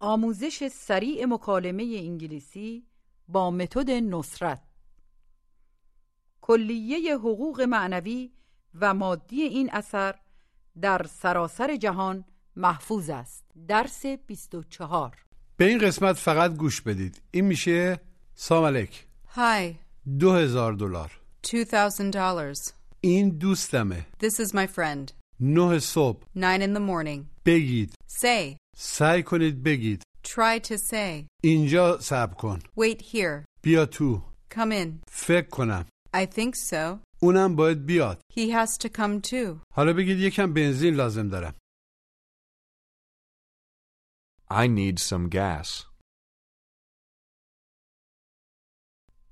آموزش سریع مکالمه انگلیسی با متد نصرت کلیه حقوق معنوی و مادی این اثر در سراسر جهان محفوظ است درس 24 به این قسمت فقط گوش بدید این میشه سلام علیک Hi, دو هزار دلار $2,000. این دوستمه This is my friend. نه صبح 9 in the morning. بگید Say, سعی کنید بگید try to say. اینجا صبر کن Wait here. بیا تو Come in. فکر کنم I think so. اونم باید بیاد He has to come too. حالا بگید یکم بنزین لازم دارم I need some gas.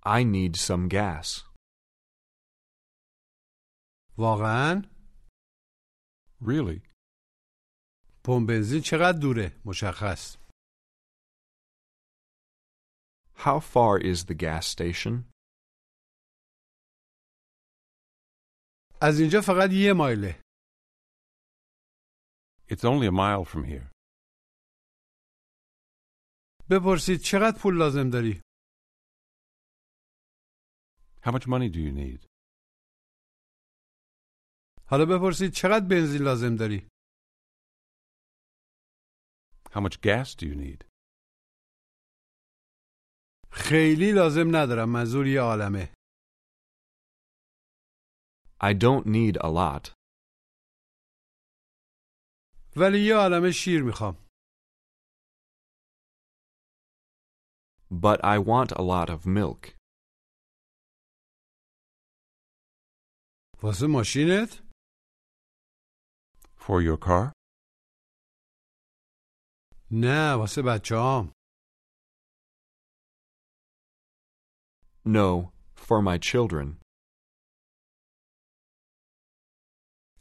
I need some gas. واقعا Really? پمپ بنزین چقدر دوره مشخص How far is the gas station? از اینجا فقط یه مایله It's only a mile from here. بپرسید چقدر پول لازم داری How much money do you need? حالا بپرسید چقدر بنزین لازم داری How much gas do you need? خیلی لازم ندارم منظور یه عالمه I don't need a lot, ولی یه عالمه شیر میخوام but I want a lot of milk. واسه ماشینت For your car? نه واسه بچه هام No, for my children.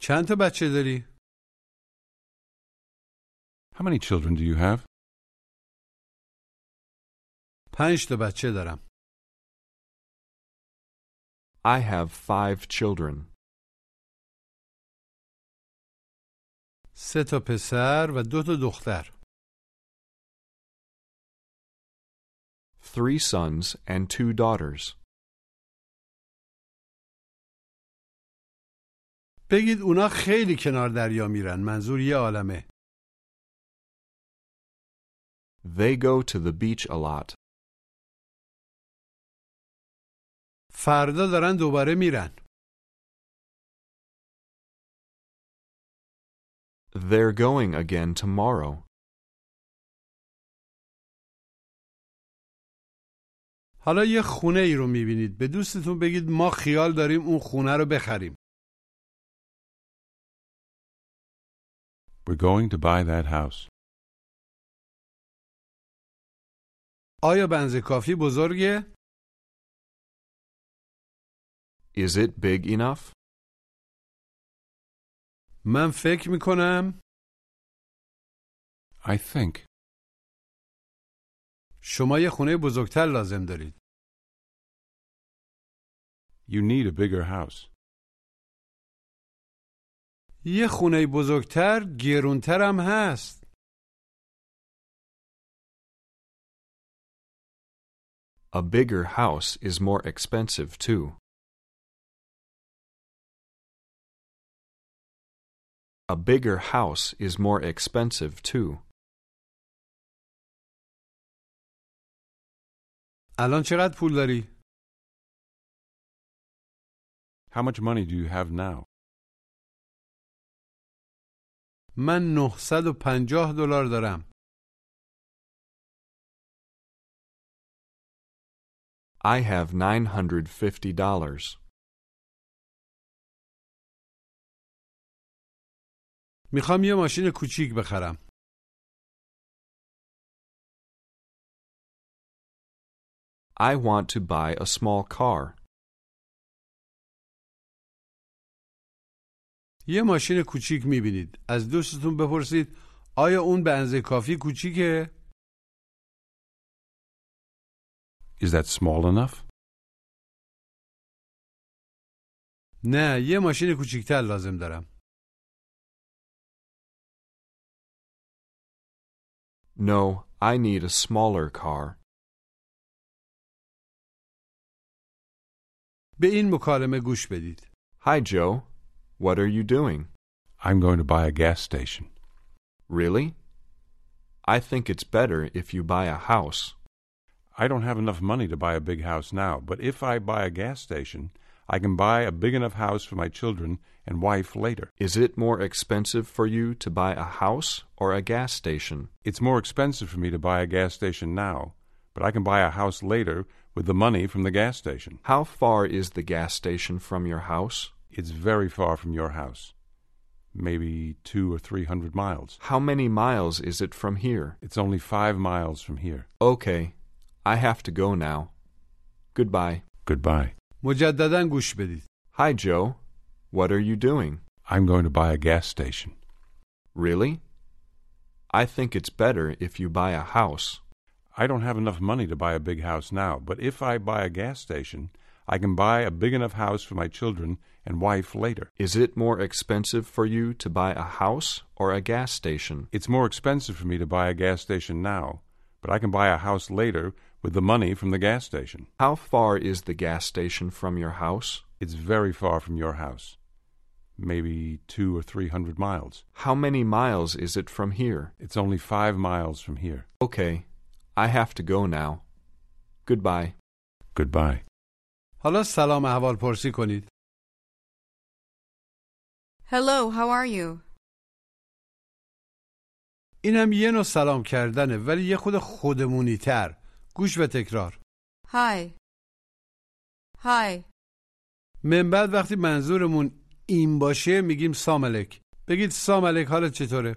چند تا بچه داری؟ How many children do you have? پنج تا بچه دارم I have five children سه تا پسر و دو تا دختر three sons and two daughters. بگید اونا خیلی کنار دریا میرن منظور یه عالمه They go to the beach a lot. فردا دارن دوباره میرن They're going again tomorrow. حالا یه خونه ای رو میبینید به دوستتون بگید ما خیال داریم اون خونه رو بخریم We're going to buy that house. آیا بنز کافی بزرگه؟ Is it big enough? من فکر میکنم I think شما یه خونه بزرگتر لازم دارید you need a bigger house. یه خونه بزرگتر گرونتر هم هست A bigger house is more expensive too. A bigger house is more expensive too. الان چقدر پول داری؟ How much money do you have now? من 950 دلار دارم. I have $950. میخوام یه ماشین کوچیک بخرم. I want to buy a small car. یه ماشین کوچیک میبینید. از دوستتون بپرسید آیا اون به اندازه کافی کوچیکه؟ Is that small enough? نه، یه ماشین کوچیکتر لازم دارم. No, I need a smaller car. به این مکالمه گوش بدید. Hi, Joe. What are you doing? I'm going to buy a gas station. Really? I think it's better if you buy a house. I don't have enough money to buy a big house now, but if I buy a gas station, I can buy a big enough house for my children and wife later. Is it more expensive for you to buy a house or a gas station? It's more expensive for me to buy a gas station now, but I can buy a house later with the money from the gas station. How far is the gas station from your house? It's very far from your house, maybe two or three hundred miles. How many miles is it from here? It's only five miles from here. Okay, I have to go now. Goodbye. Goodbye. مجددا گوش بدید. Hi, Joe. What are you doing? I'm going to buy a gas station. Really? I think it's better if you buy a house. I don't have enough money to buy a big house now, but if I buy a gas station, I can buy a big enough house for my children and wife later. Is it more expensive for you to buy a house or a gas station? It's more expensive for me to buy a gas station now, but I can buy a house later with the money from the gas station. How far is the gas station from your house? It's very far from your house, maybe two or three hundred miles. How many miles is it from here? It's only five miles from here. Okay, I have to go now. Goodbye. Goodbye. حالا سلام احوال پرسی کنید. Hello, how are you? اینم یه نوع سلام کردنه ولی یه خود خودمونی تر. گوش و تکرار. Hi. Hi. من بعد وقتی منظورمون این باشه میگیم ساملک. بگید ساملک حالت چطوره؟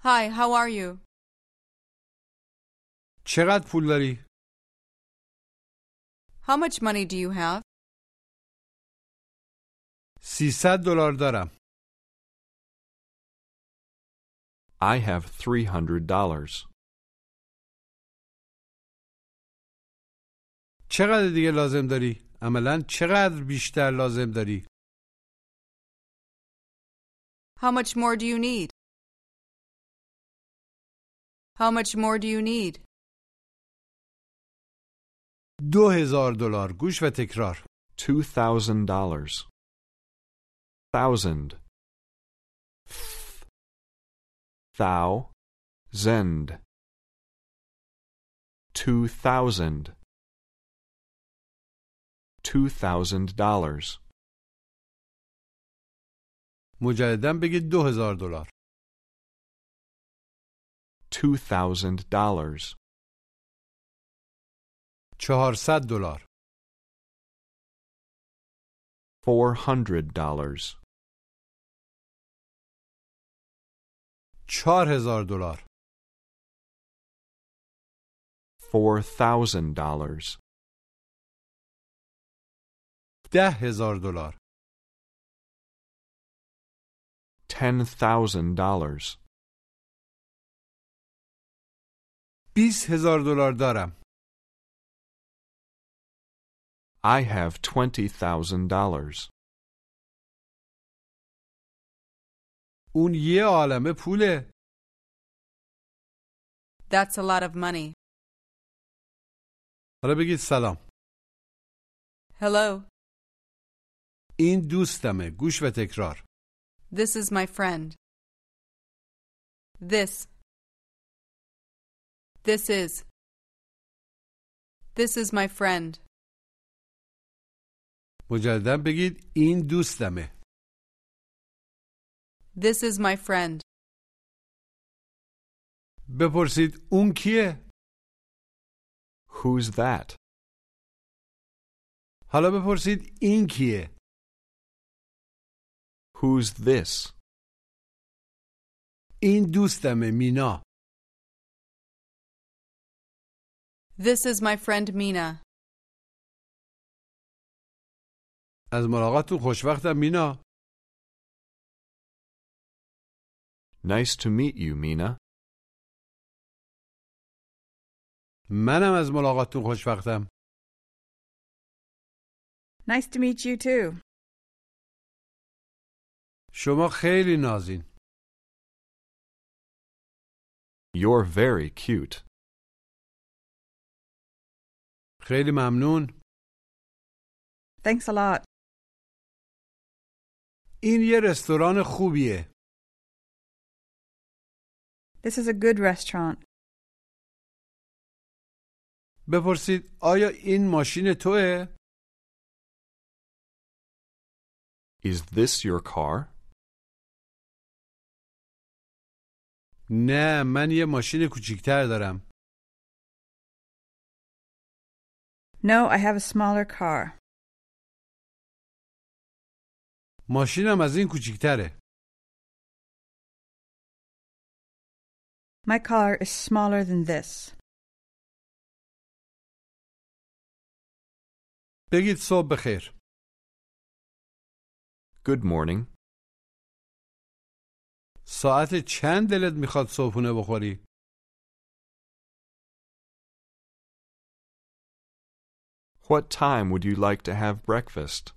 Hi, how are you? چقدر پول داری؟ How much money do you have? 300 دلار دارم. I have $300. چقدر دیگه لازم داری؟ عملا چقدر بیشتر لازم داری؟ How much more do you need? How much more do you need? دو هزار دلار گوش و تکرار $2,000. Thousand. Thou. Zend. Two thousand. Two thousand dollars. مجددا بگید دو هزار دلار $2,000. چهارصد دلار $400. چهار هزار دلار $4,000. ده هزار دلار $10,000. بیست هزار دلار دارم I have $20,000. اون یه عالمه پوله That's a lot of money. حالا بگید سلام Hello. این دوستمه گوش و تکرار This is my friend. This. This is. This is my friend. مجددا بگید این دوستمه This is my friend. بپرسید اون کیه Who's that? حالا بپرسید این کیه Who's this? این دوستمه مینا This is my friend Mina. از ملاقاتتون خوشوقتم مینا Nice to meet you, Mina. منم از ملاقاتتون خوشوقتم Nice to meet you too. شما خیلی نازین You're very cute. خیلی ممنون Thanks a lot. این یه رستوران خوبیه This is a good restaurant. بپرسید آیا این ماشین توه؟ Is this your car? نه من یه ماشین کوچیکتر دارم No, I have a smaller car. ماشینم از این کوچیکتره My car is smaller than this. بگید صبح بخیر Good morning. ساعت چند دلت میخواد صبحونه بخوری؟ What time would you like to have breakfast?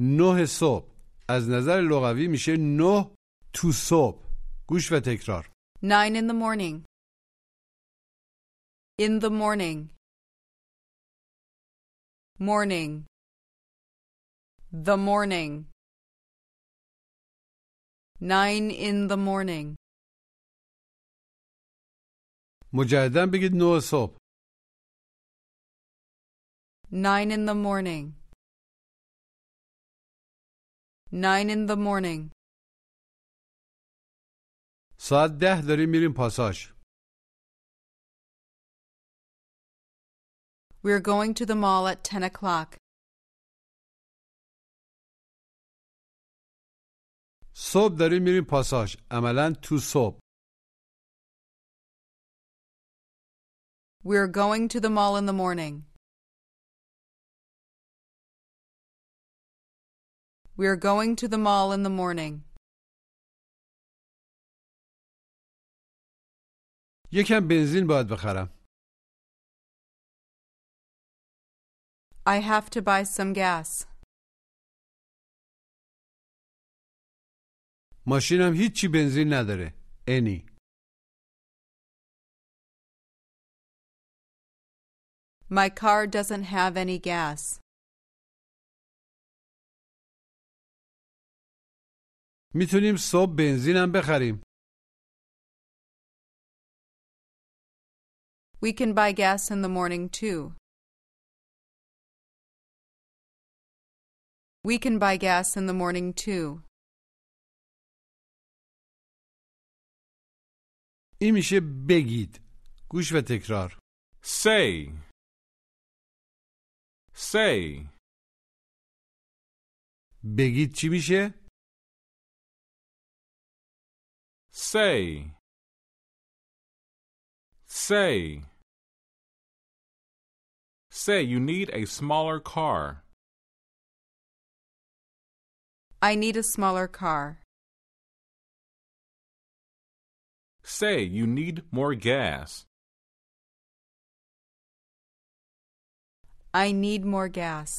نه صبح از نظر لغوی میشه نه تو صبح گوش و تکرار Nine in the morning. In the morning. Morning. The morning. Nine in the morning. مجددا بگید نه صبح Nine in the morning. Nine in the morning. ساعت ده داریم میریم پاساژ We're going to the mall at ten o'clock. صبح داریم میریم پاساژ عملا تو صبح We're going to the mall in the morning. We're going to the mall in the morning. یکم بنزین باید بخرم I have to buy some gas. ماشینم هیچی بنزین نداره انی My car doesn't have any gas. میتونیم صبح بنزینم بخریم We can buy gas in the morning too. We can buy gas in the morning too. این میشه بگید گوش و تکرار Say. Say. بگید چی میشه؟ Say. Say. Say you need a smaller car. I need a smaller car. Say you need more gas. I need more gas.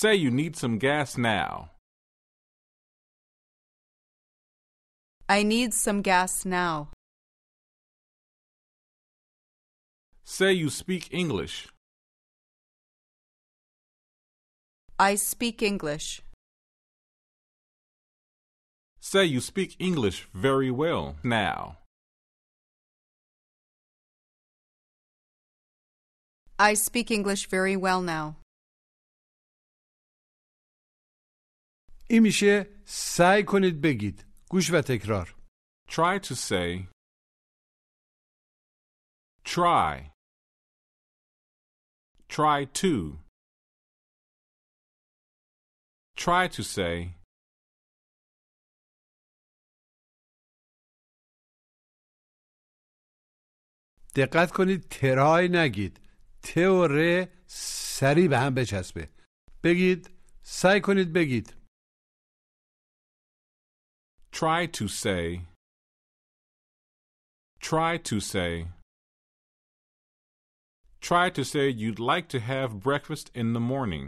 Say you need some gas now. I need some gas now. Say you speak English. I speak English. Say you speak English very well now. I speak English very well now. این میشه سعی کنید بگید گوش و تکرار Try to say. Try. Try to. Try to say. دقت کنید ترای نگید ت و ر سریع به هم بچسبه بگید سعی کنید بگید Try to say. Try to say. Try to say you'd like to have breakfast in the morning.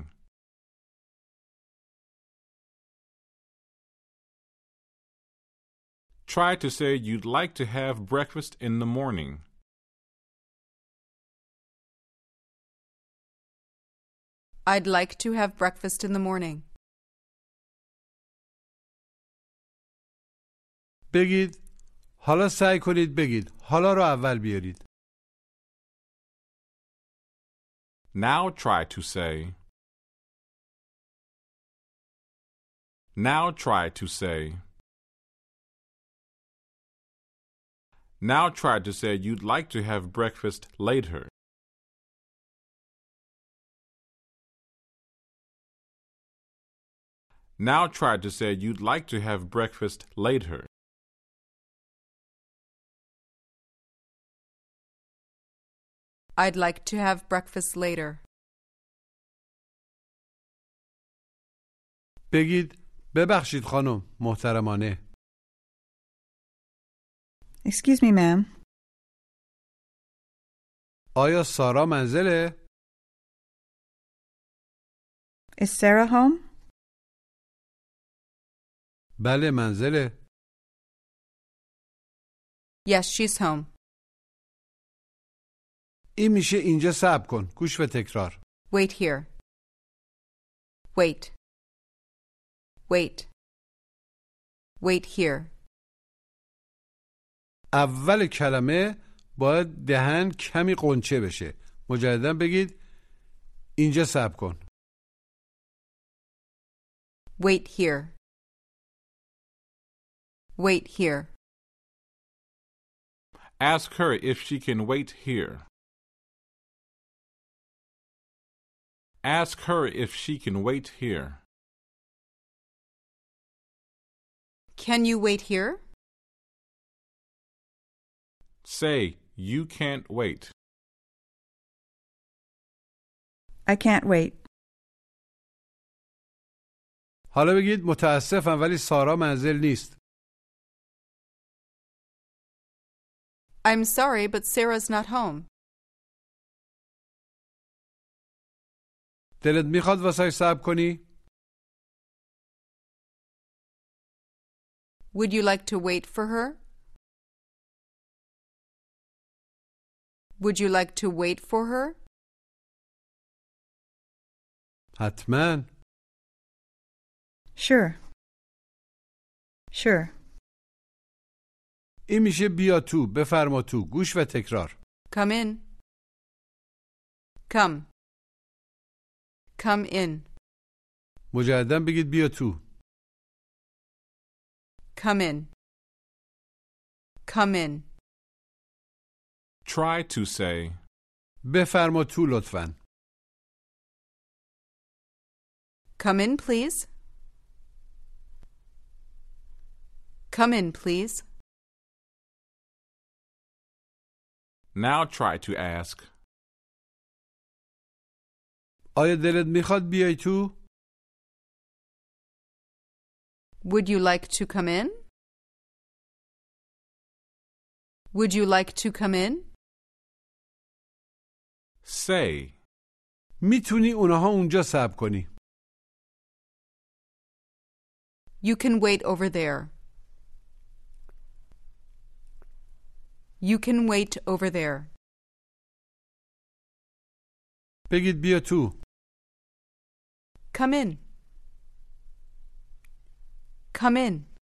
Try to say you'd like to have breakfast in the morning. I'd like to have breakfast in the morning. بگید حالا سعی کنید بگید حالا رو اول بیارید Now try to say. Now try to say. Now try to say you'd like to have breakfast later. Now try to say you'd like to have breakfast later. I'd like to have breakfast later. بگید ببخشید خانم محترمانه Excuse me, ma'am. آیا سارا منزله؟ Is Sarah home? بله منزله Yes, she's home. این میشه اینجا صبر کن گوش و تکرار Wait here. Wait. Wait. Wait here. اول کلمه باید دهن کمی قنچه بشه مجددا بگید اینجا صبر کن Wait here. Wait here. Ask her if she can wait here. Ask her if she can wait here. Can you wait here? Say, you can't wait. I can't wait. حالا بگید متاسفم ولی سارا منزل نیست I'm sorry, but Sarah's not home. دلت میخواد واسه صبر کنی؟ Would you like to wait for her? Would you like to wait for her? حتما Sure. Sure. این میشه بیا تو بفرما تو گوش و تکرار Come in. Come. Come in. مجددا بگید بیا تو Come in. Come in. Try to say, بفرما تو لطفا Come in, please. Come in, please. now try to ask. آیا دلت میخواد بیای تو؟ Would you like to come in? Would you like to come in? Say, میتونی اونها اونجا صبر کنی You can wait over there. You can wait over there. بگید بیا تو Come in. Come in.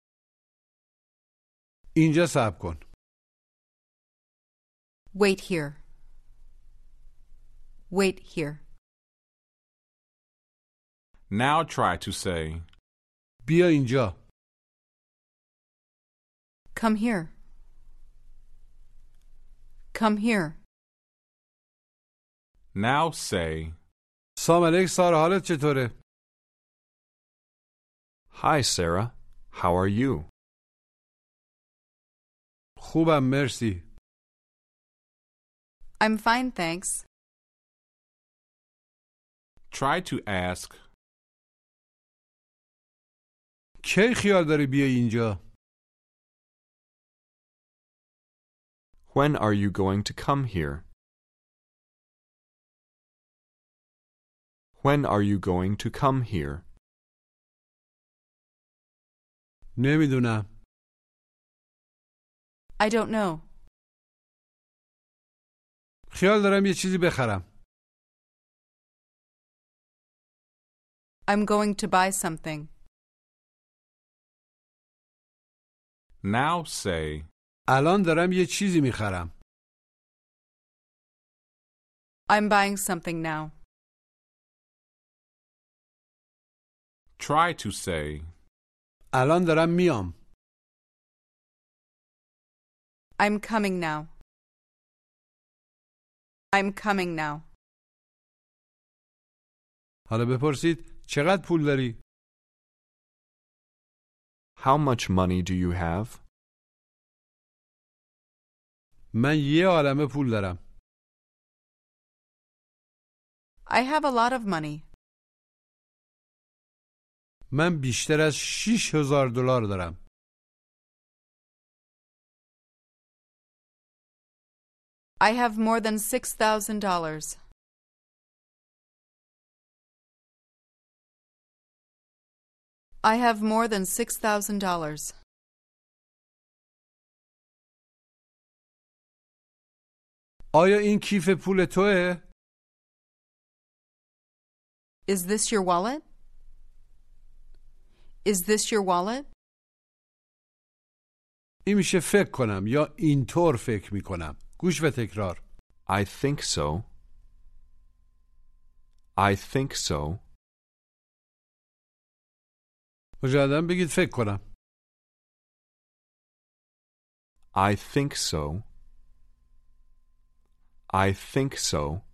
اینجا صبر کن Wait here. Wait here. now try to say. بیا اینجا Come here. Come here. Now say, سام علیک سارا حالت چطوره؟ Hi, Sarah. How are you? خوبم مرسی I'm fine, thanks. Try to ask. کی خیال داری بیای اینجا؟ When are you going to come here? When are you going to come here? نمیدونم I don't know. خیال دارم یه چیزی بخرم I'm going to buy something. Now say, الان دارم یه چیزی میخرم I'm buying something now. try to say. الان دارم میام I'm coming now. I'm coming now. حالا بپرسید چقدر پول داری؟ How much money do you have? من یه عالمه پول دارم I have a lot of money. من بیشتر از 6000 دلار دارم I have more than $6,000. I have more than $6,000. آیا این کیف پول توه؟ Is this your wallet? Is this your wallet? این میشه فکر کنم یا اینطور فکر میکنم گوش و تکرار I think so. I think so. مجددا بگید فکر کنم I think so. I think so.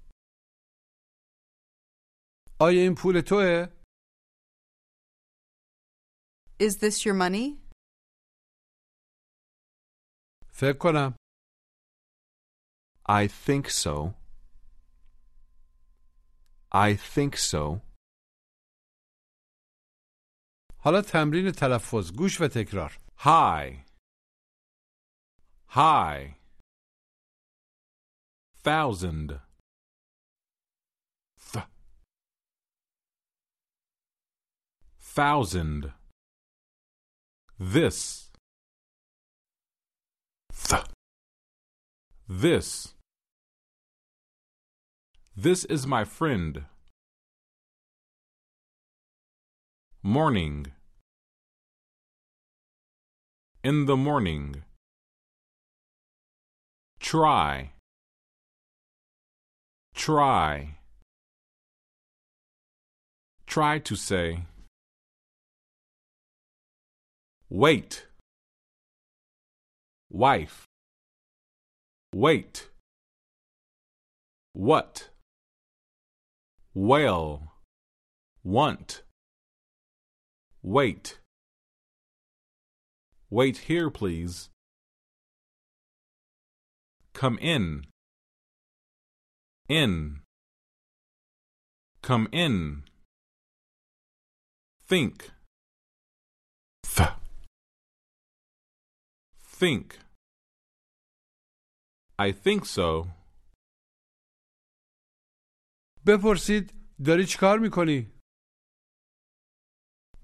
آیا این پول توه؟ Is this your money? فکر کنم I think so. I think so. حالا تمرین تلفظ گوش و تکرار Hi. Hi. Thousand. Th. Thousand. This. Th. This. This is my friend. Morning. In the morning. Try. Try. Try to say, Wait. Wife. Wait. What? Well. Want. Wait. Wait here, please. Come in. In. Come in. Think. Th. Think. I think so. بپرسید داری چیکار میکنی؟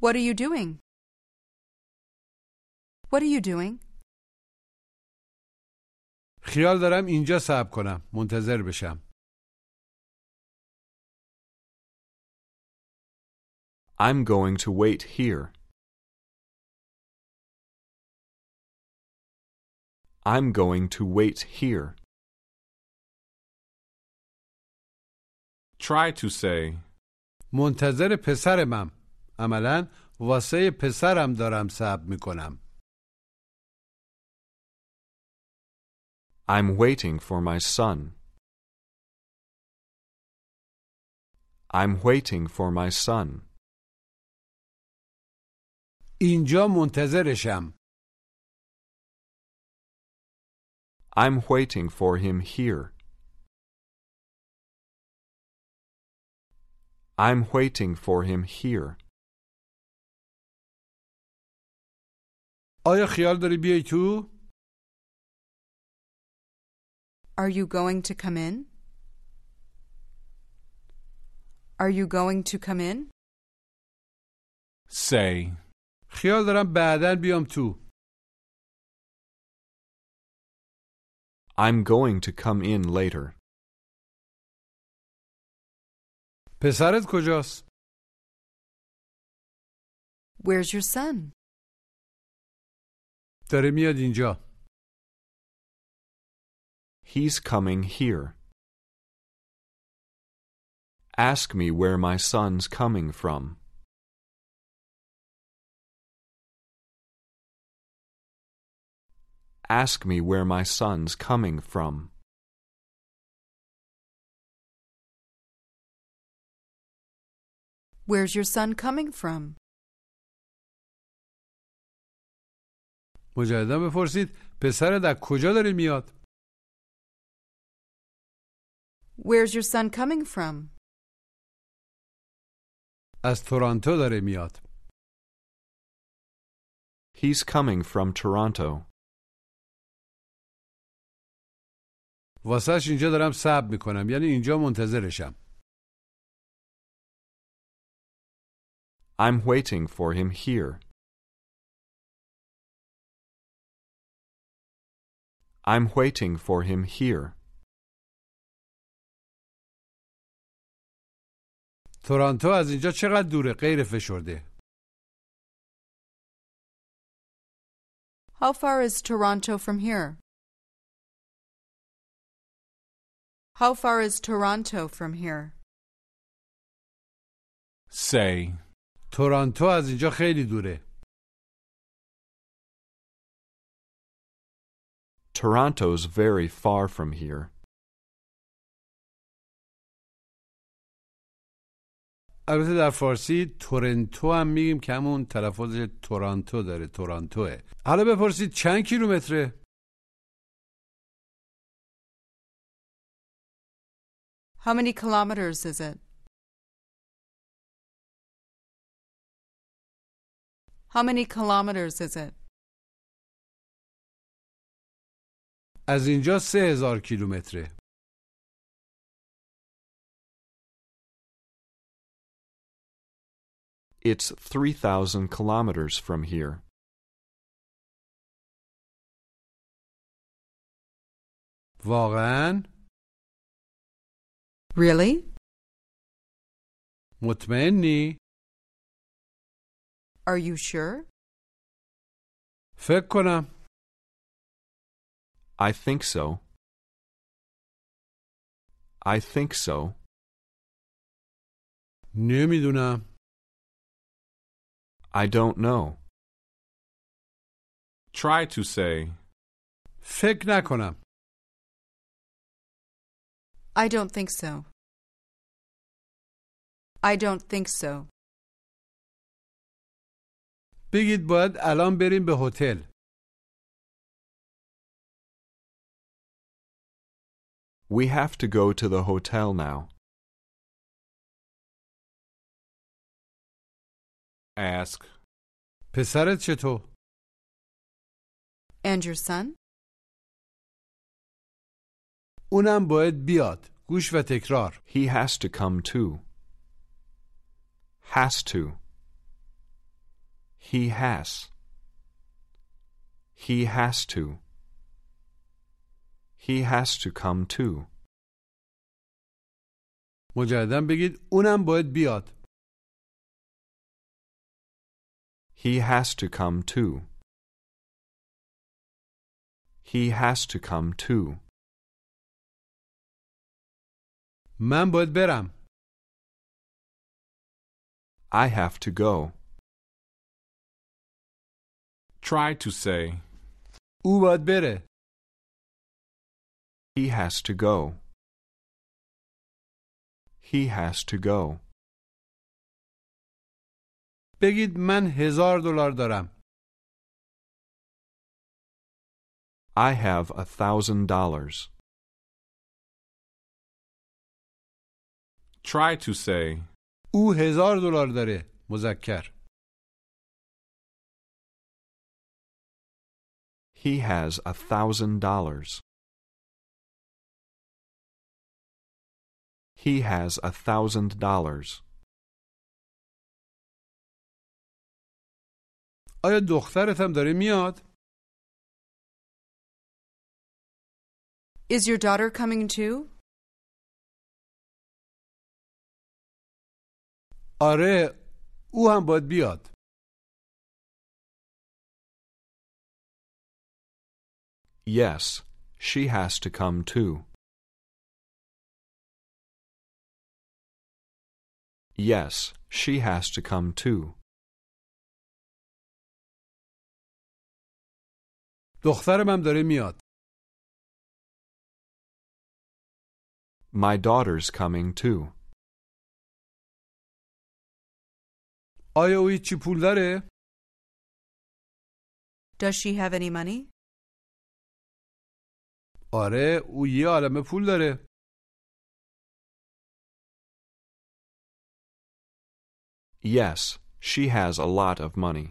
What are you doing? What are you doing? خیال دارم اینجا صبر کنم منتظر بشم I'm going to wait here. I'm going to wait here. Try to say, منتظر پسرمم عملا واسه پسرم دارم صبر میکنم I'm waiting for my son. I'm waiting for my son. اینجا منتظرشم I'm waiting for him here. I'm waiting for him here. آیا خیال داری بیای تو؟ Are you going to come in? Are you going to come in? Say, خیال دارم بعدا بیام تو I'm going to come in later. پسرت کجاست؟ Where's your son? داره میاد اینجا He's coming here. Ask me where my son's coming from. Ask me where my son's coming from. Where's your son coming from? مجددا بپرسید پسرت از کجا داره میاد؟ Where's your son coming from? از تورانتو داره میاد He's coming from Toronto. واسهش اینجا دارم صبر میکنم یعنی اینجا منتظرشم I'm waiting for him here. I'm waiting for him here. تورانتو از اینجا چقدر دوره غیر فشرده How far is Toronto from here? How far is Toronto from here? Say, تورانتو از اینجا خیلی دوره Toronto's very far from here. البته در فارسی تورنتو هم میگیم که همون تلفظ تورانتو داره تورانتوه حالا بپرسید چند کیلومتره How many kilometers is it? How many kilometers is it? از اینجا سه هزار کیلومتره It's 3,000 kilometers from here. واقعا Really? مطمئنی Are you sure? فکر کنم I think so. I think so. نمیدونم I don't know. Try to say, فکر نکنم I don't think so. I don't think so. بگید باید الان بریم به هتل We have to go to the hotel now. Ask, پسرت چطور And your son? اونم باید بیاد گوش و تکرار he has to come too. Has to. He has. He has to. He has to come too. مجددا بگید اونم باید بیاد He has to come too. He has to come too. من باید برم I have to go. Try to say, او باید بره He has to go. He has to go. بگید من هزار دلار دارم I have a thousand dollars. Try to say, او هزار دلار داره مذکر He has a thousand dollars. He has a thousand dollars. آیا دخترت هم داره میاد Is your daughter coming too? آره او هم باید بیاد Yes, she has to come too. Yes, she has to come too. دخترم هم داره میاد My daughter's coming too. آیا او هیچی پول داره Does she have any money? آره او یه عالمه پول داره Yes, she has a lot of money.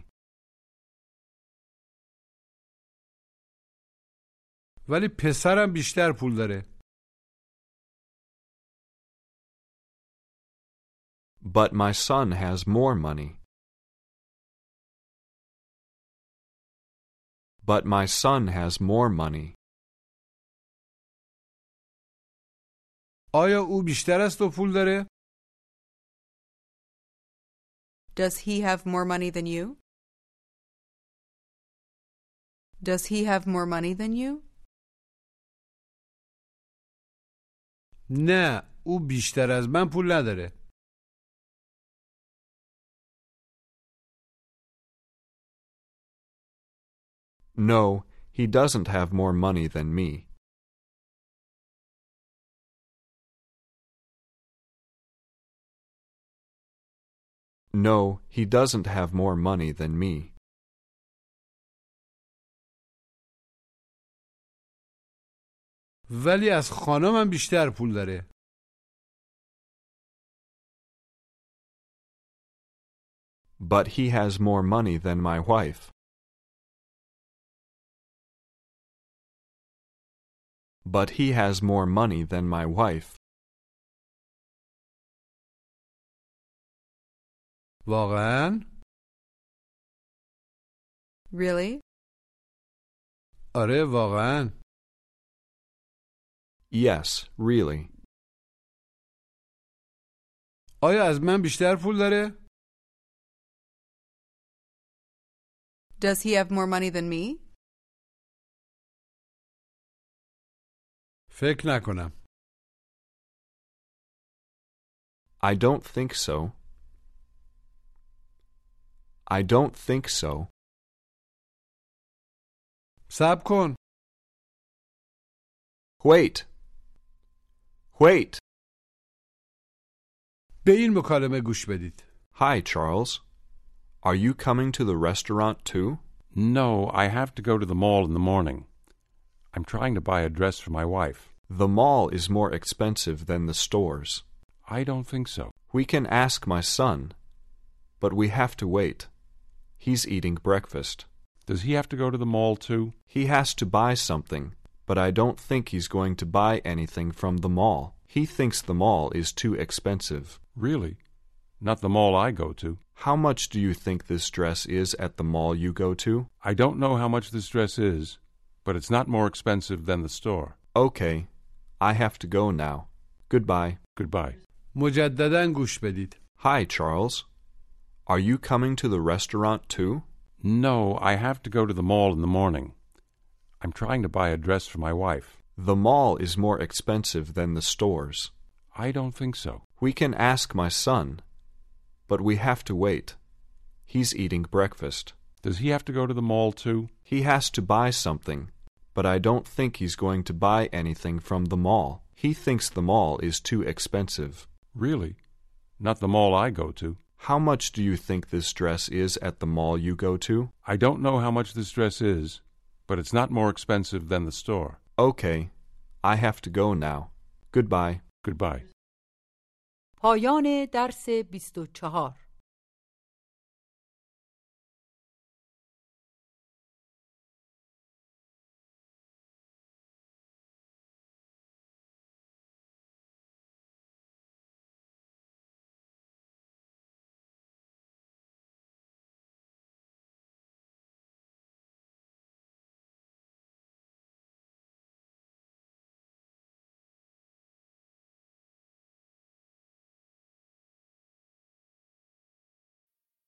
ولی پسرم بیشتر پول داره But my son has more money. But my son has more money. آیا او بیشتر از تو پول داره Does he have more money than you? Does he have more money than you? نه او بیشتر از من پول نداره No, he doesn't have more money than me. No, he doesn't have more money than me. ولی از خانمم بیشتر پول داره But he has more money than my wife. But he has more money than my wife. واقعا Really? آره واقعا Yes, really. آیا از من بیشتر پول داره Does he have more money than me? فکر نکنم I don't think so. I don't think so. سب کن Wait. Wait. به این مکالمه گوش بدید Hi, Charles. Are you coming to the restaurant too? No, I have to go to the mall in the morning. I'm trying to buy a dress for my wife. The mall is more expensive than the stores. I don't think so. We can ask my son, but we have to wait. He's eating breakfast. Does he have to go to the mall too? He has to buy something, but I don't think he's going to buy anything from the mall. He thinks the mall is too expensive. Really? Not the mall I go to. How much do you think this dress is at the mall you go to? I don't know how much this dress is, but it's not more expensive than the store. Okay, I have to go now. Goodbye. Goodbye. مجددا گوش بدید Hi, Charles. Are you coming to the restaurant too? No, I have to go to the mall in the morning. I'm trying to buy a dress for my wife. The mall is more expensive than the stores. I don't think so. We can ask my son, but we have to wait. He's eating breakfast. Does he have to go to the mall too? He has to buy something, but I don't think he's going to buy anything from the mall. He thinks the mall is too expensive. Really? Not the mall I go to. How much do you think this dress is at the mall you go to? I don't know how much this dress is, but it's not more expensive than the store. Okay, I have to go now. Goodbye. Goodbye. پایان درس 24